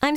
I'm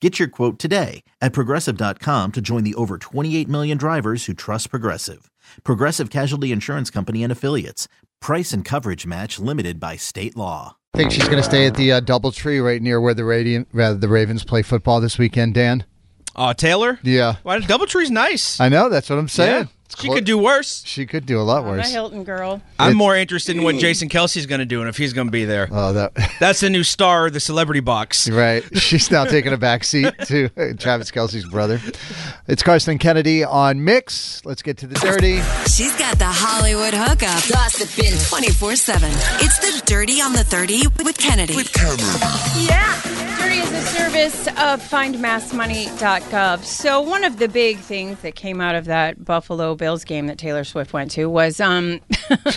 Get your quote today at progressive.com to join the over 28 million drivers who trust Progressive. Progressive Casualty Insurance Company and Affiliates. Price and coverage match limited by state law. I think she's going to stay at the uh, Double Tree right near where the Radiant, rather the Ravens play football this weekend. Dan, Oh, Taylor? Yeah. Why Doubletree's nice. I know that's what I'm saying. It's She clo- could do worse. She could do a lot I'm a worse. Hilton girl. I'm more interested in Mm. what Jason Kelsey's going to do and if he's going to be there. Oh, that That's the new star of the celebrity box. right. She's now taking a back seat to Travis Kelsey's brother. It's Carson Kennedy on Mix. Let's get to the dirty. She's got the Hollywood hookup. Gossiping 24-7. It's the Dirty on the 30 with Kennedy. Yeah. Dirty is a service of findmassmoney.gov. So one of the big things that came out of that Buffalo Bills game that Taylor Swift went to was um,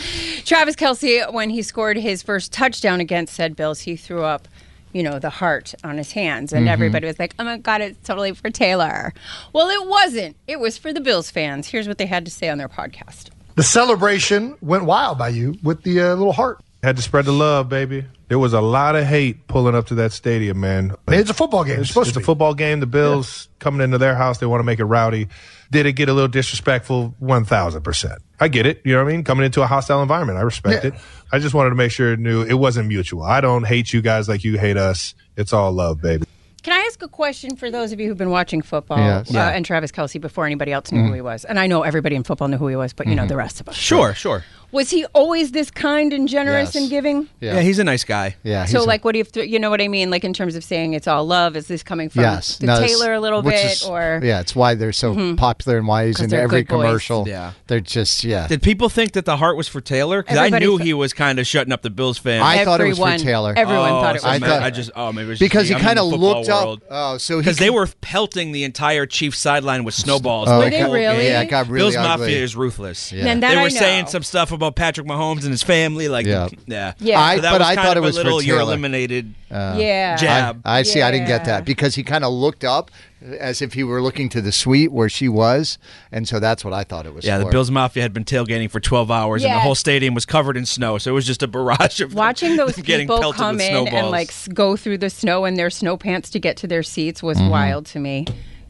Travis Kelsey, when he scored his first touchdown against said Bills, he threw up, you know, the heart on his hands. And everybody was like, oh my God, it's totally for Taylor. Well, it wasn't. It was for the Bills fans. Here's what they had to say on their podcast. The celebration went wild by you with the uh, little heart. Had to spread the love, baby. There was a lot of hate pulling up to that stadium, man. It's a football game. It's, It's, supposed it's to a be. football game. The Bills coming into their house, they want to make it rowdy. Did it get a little disrespectful? One thousand percent. I get it. You know what I mean? Coming into a hostile environment, I respect Yeah. it. I just wanted to make sure it knew it wasn't mutual. I don't hate you guys like you hate us. It's all love, baby. Can I ask a question for those of you who've been watching football Yes. Mm-hmm. uh, and Travis Kelsey before anybody else knew who he was? And I know everybody in football knew who he was, but you know the rest of us. Sure, sure. Was he always this kind and generous Yes. and giving? Yeah. Yeah. he's a nice guy. Yeah. So, he's- like, what do you have to, you know what I mean? Like, in terms of saying it's all love, is this coming from yes, the No, this- Taylor a little which bit? is- or Mm-hmm. yeah, it's why they're so popular and why he's 'Cause in they're every good boys. commercial. Yeah. They're just yeah. Did people think that the heart was for Taylor? Because I Everybody knew th- he was kind of shutting up the Bills fans. I thought it was for everyone, Taylor. Everyone Oh, thought it so was I for maybe- thought- Taylor. I just oh maybe it was just because me. he I'm in kind the of football looked world. up. Oh, so he because they can- were pelting the entire Chiefs sideline with snowballs. Oh, the Were they whole really? game. Yeah, it got really Bills ugly. Mafia is ruthless. Yeah. And that they were I know. saying some stuff about Patrick Mahomes and his family. Like, Yeah. yeah, Yeah. I- So that but was I kind thought of it a was for little, You're Taylor. eliminated. yeah. I, jab. I see. I didn't get Yeah. that because he kind of looked up as if he were looking to the suite where she was, and so that's what I thought it was. Yeah, the for. Bills Mafia had been tailgating for 12 hours, and the Yes. whole stadium was covered in snow. So it was just a barrage of them- Watching those them getting people pelted come with in snowballs. and like s- go through the snow in their snow pants to get to their seats was Mm-hmm. wild to me.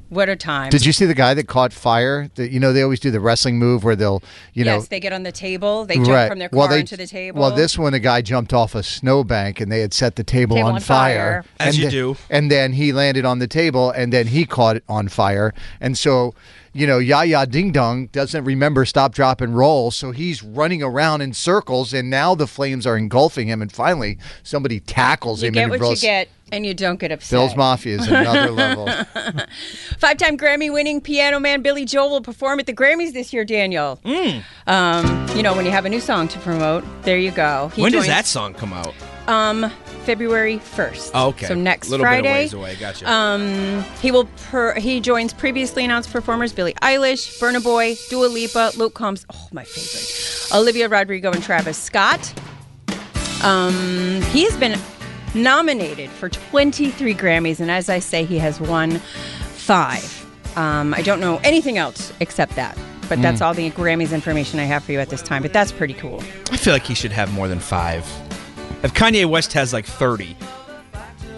What a time! Did you see the guy that caught fire? That you know they always do the wrestling move where they'll you know yes, they get on the table. They jump right. from their car well, they, into the table. Well, this one a guy jumped off a snowbank and they had set the table, Table on, on fire. fire. As and you then- do. And then he landed on the table and then he caught it on fire. And so, you know, Yaya Ding Dong doesn't remember stop, drop, and roll. So he's running around in circles and now the flames are engulfing him. And finally, somebody tackles you him. get and he what you rolls- get, and you don't get upset. Bill's Mafia is another level. Five-time Grammy-winning piano man Billy Joel will perform at the Grammys this year. Daniel, Mm. um, you know when you have a new song to promote, there you go. He when does joins, that song come out? Um, February first. Oh, okay. So next little Friday. bit of ways away. Gotcha. Um, he will. Per- he joins previously announced performers Billie Eilish, Burna Boy, Dua Lipa, Luke Combs. Oh, my favorite. Olivia Rodrigo and Travis Scott. Um, he has been nominated for 23 Grammys, and as I say, he has won five. Um, I don't know anything else except that, but Mm. that's all the Grammys information I have for you at this time. But that's pretty cool. I feel like he should have more than five. If Kanye West has like 30,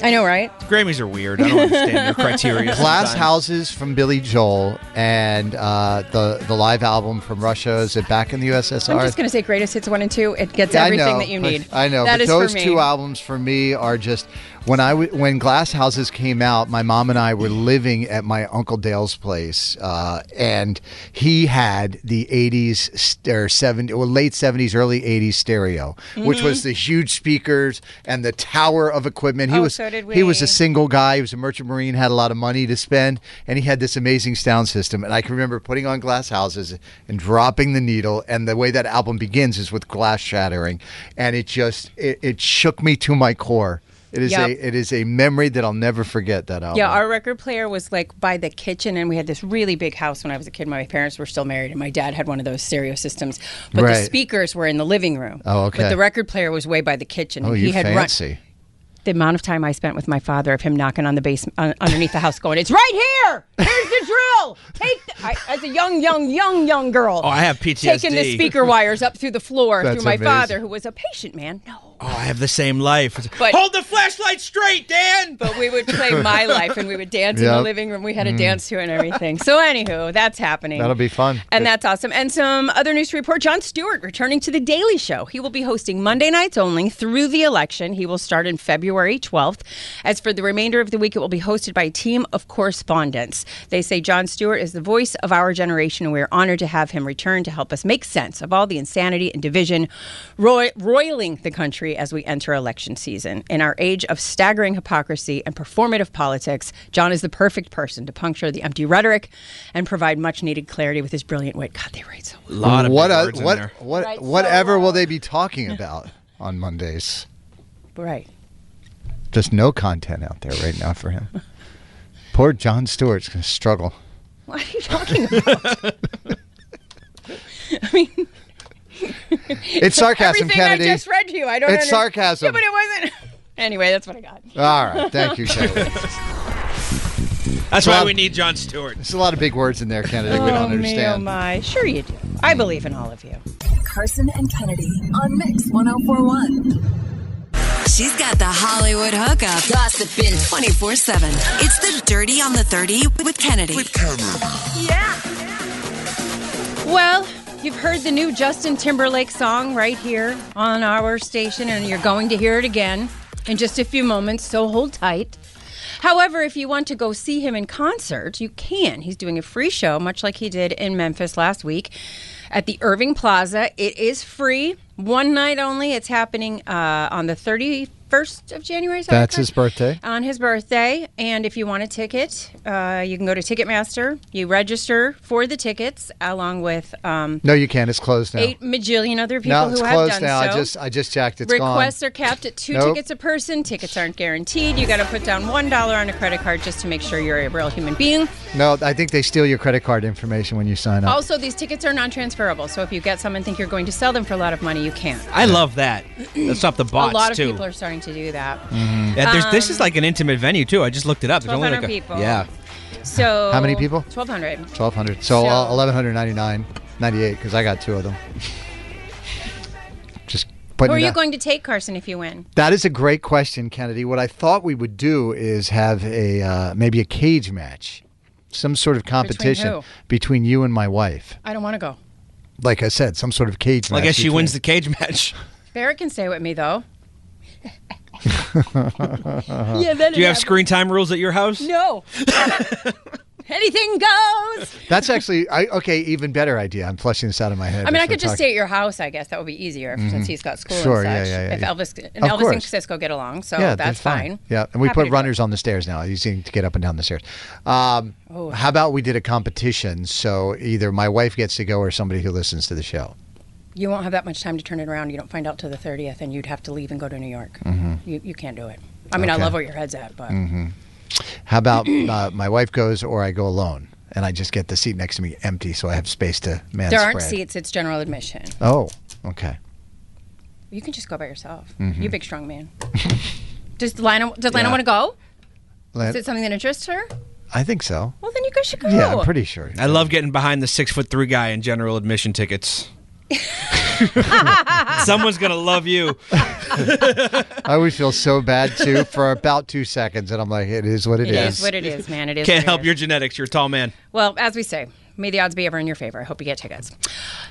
I know, right? Grammys are weird. I don't understand their criteria. Glass sometimes. Houses from Billy Joel and uh, the the live album from Russia. Is it back in the USSR? I'm just going to say greatest hits one and two. It gets Yeah, everything I know, that you but- need. I know, That but is those for me. two albums for me are just When I w- when Glass Houses came out, my mom and I were living at my uncle Dale's place, uh, and he had the '80s st- or '70s, well, late '70s, early '80s stereo, which Mhm. Mm-hmm. was the huge speakers and the tower of equipment. He Oh, was so did he was a we. single guy. He was a merchant marine, had a lot of money to spend, and he had this amazing sound system. And I can remember putting on Glass Houses and dropping the needle. And the way that album begins is with glass shattering, and it just it, it shook me to my core. It is Yep. a it is a memory that I'll never forget. That album. Yeah, our record player was like by the kitchen, and we had this really big house when I was a kid. My parents were still married, and my dad had one of those stereo systems. But Right. the speakers were in the living room. Oh, okay. But the record player was way by the kitchen. oh, and you he had fancy. run the amount of time I spent with my father of him knocking on the basement un- underneath the house, going, "It's right here. Here's the drill. Take the-" I, as a young, young, young, young girl. Oh, I have Taking the PTSD. speaker wires up through the floor That's through my amazing. father, who was a patient man. No, Oh, I have the same life. It's- but Hold the flashlight straight, Dan. But we would play my life, and we would dance in the Yep. living room. We had a Mm. dance to it and everything. So, anywho, that's happening. That'll be fun. And that's awesome. And some other news to report John Stewart returning to The Daily Show. He will be hosting Monday nights only through the election. He will start in February 12th. As for the remainder of the week, it will be hosted by a team of correspondents. They say John Stewart is the voice of our generation, and we are honored to have him return to help us make sense of all the insanity and division roi- roiling the country as we enter election season. In our age of staggering hypocrisy and performative politics, John is the perfect person to puncture the empty rhetoric and provide much needed clarity with his brilliant wit. God, they write so well. what big a- words in what there. what whatever uh, will they be talking about on Mondays? Right. Just no content out there right now for him. Poor John Stewart's gonna struggle. What are you talking about? I mean, It's sarcasm, everything Kennedy. I just read to you. I don't. It's understand. sarcasm. Yeah, but it wasn't. Anyway, that's what I got. All right, thank you, Kennedy. That's Well, why we need John Stewart. There's a lot of big words in there, Kennedy. we oh don't me, oh understand. my! Sure you do. I believe in all of you. Carson and Kennedy on Mix 1041. She's got the Hollywood hookup. Gossiping 24 7. It's the Dirty on the 30 with Kennedy. With Kennedy. Well, you've heard the new Justin Timberlake song right here on our station, and you're going to hear it again in just a few moments, so hold tight. However, if you want to go see him in concert, you can. He's doing a free show, much like he did in Memphis last week at the Irving Plaza. It is free, one night only. It's happening uh, on the 31st of January. is Uh, that That's correct? his birthday. on his birthday. And if you want a ticket, uh, you can go to Ticketmaster. You register for the tickets along with um, No, you can't. It's closed now. eight majillion other people no, it's who closed have done now. so. I just I just checked. It's Requests gone. are capped at two Nope. tickets a person. Tickets aren't guaranteed. You got to put down one dollar on a credit card just to make sure you're a real human being. No, I think they steal your credit card information when you sign up. Also, these tickets are non-transferable. So if you get some and think you're going to sell them for a lot of money, you can't. I love that. That's off the bots a lot of too. people are starting to do that. Mm. Yeah, there's, this Um, is like an intimate venue too. I just looked it up. There's only 1,200 like a- people. Yeah. So How many people? Twelve hundred. Twelve hundred. So, uh, eleven hundred ninety nine, ninety eight. Because I got two of them. just Who putting. are it you out. going to take, Carson, if you win? That is a great question, Kennedy. What I thought we would do is have a uh, maybe a cage match, some sort of competition who? between you and my wife. I don't want to go. Like I said, some sort of cage I match. guess she between- wins the cage match. Barrett can stay with me though. yeah, that'd Do you have happen. screen time rules at your house? No. Anything goes. That's actually I, okay. Even better idea. I'm flushing this out of my head. I mean, as I we're could just talking. stay at your house. I guess that would be easier Mhm. since he's got school Sure, yeah, and such. yeah, yeah, if yeah. Elvis and Of Elvis and course. Cisco get along, so yeah, that's they're fine. Yeah, and we Happy to put do it. runners on the stairs now. You seem to get up and down the stairs. Um, Oh. How about we did a competition? So either my wife gets to go or somebody who listens to the show. You won't have that much time to turn it around. You don't find out till the thirtieth, and you'd have to leave and go to New York. Mhm. You, you can't do it. I mean, Okay. I love where your head's at, but hmm How about uh, my wife goes or I go alone and I just get the seat next to me empty so I have space to man there aren't spread. seats. It's general admission. Oh, okay. You can just go by yourself. Mhm. You big strong man. does Lana? Does Lana Yeah. want to go? Lan- Is it something that interests her? I think so. Well, then you guys should go. Yeah, I'm pretty sure. I love getting behind the six foot three guy in general admission tickets. Someone's gonna love you. I would feel so bad too for about two seconds and I'm like, it is what It is what it is, man. It is. Can't what it help your genetics. You're a tall man. Well, as we say, May the odds be ever in your favor. I hope you get tickets.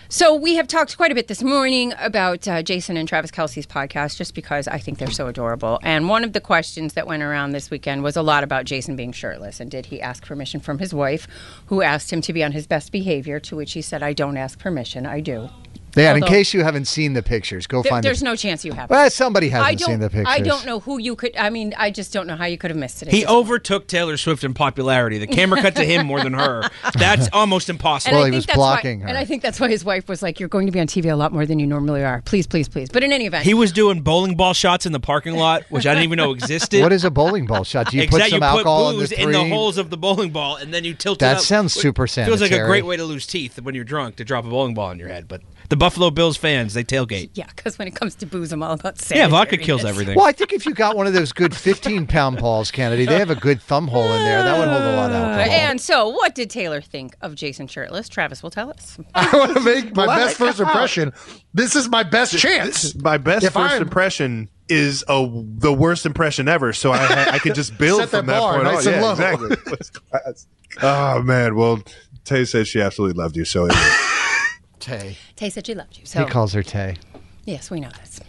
So we have talked quite a bit this morning about uh, Jason and Travis Kelsey's podcast, just because I think they're so adorable. And one of the questions that went around this weekend was a lot about Jason being shirtless and did he ask permission from his wife, who asked him to be on his best behavior. To which he said, "I don't ask permission. I do." Yeah, and in Although- case you haven't seen the pictures, go There- find. there's the- no chance you have. Well, somebody hasn't I don't, seen the pictures. I don't know who you could. I mean, I just don't know how you could have missed it. It's He overtook Taylor Swift in popularity. The camera cut to him more than her. That's almost impossible. I think that's why, And I think that's why his wife was like, "You're going to be on TV a lot more than you normally are. Please, please, please." But in any event, He was doing bowling ball shots in the parking lot, which I didn't even know existed. What is a bowling ball shot? Do you Exact- put some alcohol in the booze three? in the holes of the bowling ball, and then you tilt. it That up. sounds It super Feels like a sanitary. great way to lose teeth when you're drunk to drop a bowling ball on your head. But the Buffalo Bills fans, they tailgate. yeah, because when it comes to booze, I'm all about Yeah, vodka kills sanitariness. everything. Well, I think if you got one of those good 15 pound balls, Kennedy, they have a good thumb hole in there. That would hold a lot of alcohol. And so, what did Taylor think of Jason shirtless? Travis will tell us. I want to make my Let best it first go. impression. This is my best This chance. is my best If 1st I'm- impression is a the worst impression ever. So I ha- I could just build Set from that that bar point nice on. and low. yeah, exactly. It's class. oh man, well, Tay says she absolutely loved you. So it- Tay. Tay said she loved you. He So, calls her Tay. yes, we know this.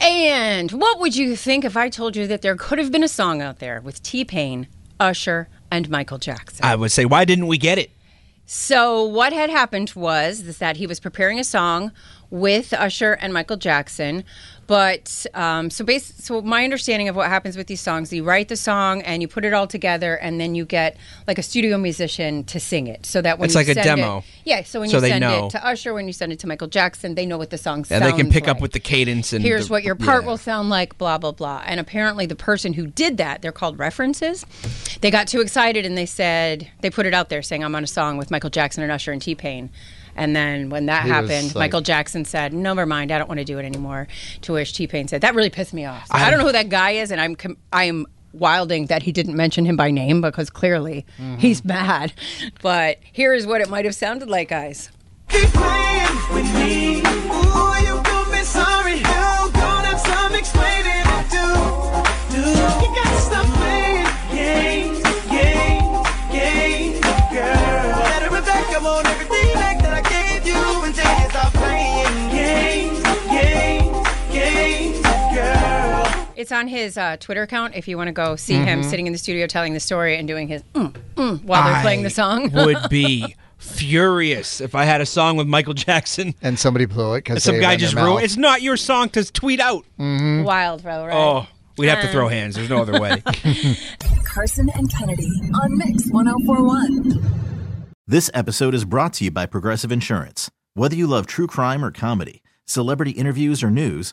and what would you think if I told you that there could have been a song out there with T Pain, Usher, and Michael Jackson? I would say, why didn't we get it? So what had happened was is that he was preparing a song with Usher and Michael Jackson, but um, so bas- so my understanding of what happens with these songs, you write the song and you put it all together, and then you get like a studio musician to sing it, so that when It's you like a send demo. it, yeah. So when So you they send know. it to Usher, when you send it to Michael Jackson, they know what the song And sounds. they can pick like up with the cadence and here's the- what your part yeah. will sound like blah blah blah and apparently the person who did that they're called references they got too excited and they said they put it out there saying i'm on a song with michael jackson and usher and t-pain and then when that He was happened like- michael jackson said never mind i don't want to do it anymore to which t-pain said that really pissed me off So i don't know who that guy is and i'm com- i am wilding that he didn't mention him by name because clearly Mm-hmm. he's mad but here is what it might have sounded like guys Keep playing with me. Ooh, you do me sorry. Hell, don't have some explaining to do. Do you gotta stop playing games, games, games, girl? Better it back. I want everything back that I gave you. And take it stop playing games, games, games, girl. It's on his uh, Twitter account. If you want to go see him sitting in the studio telling the story and doing his mm, mm, while they're playing the song. would be furious if I had a song with Michael Jackson. And somebody blew it because Some guy just ruined. It's not your song to tweet out. Wild, bro, right? Oh, we'd have to throw Um. hands. There's no other way. Carson and Kennedy on Mix 1041. This episode is brought to you by Progressive Insurance. Whether you love true crime or comedy, celebrity interviews or news,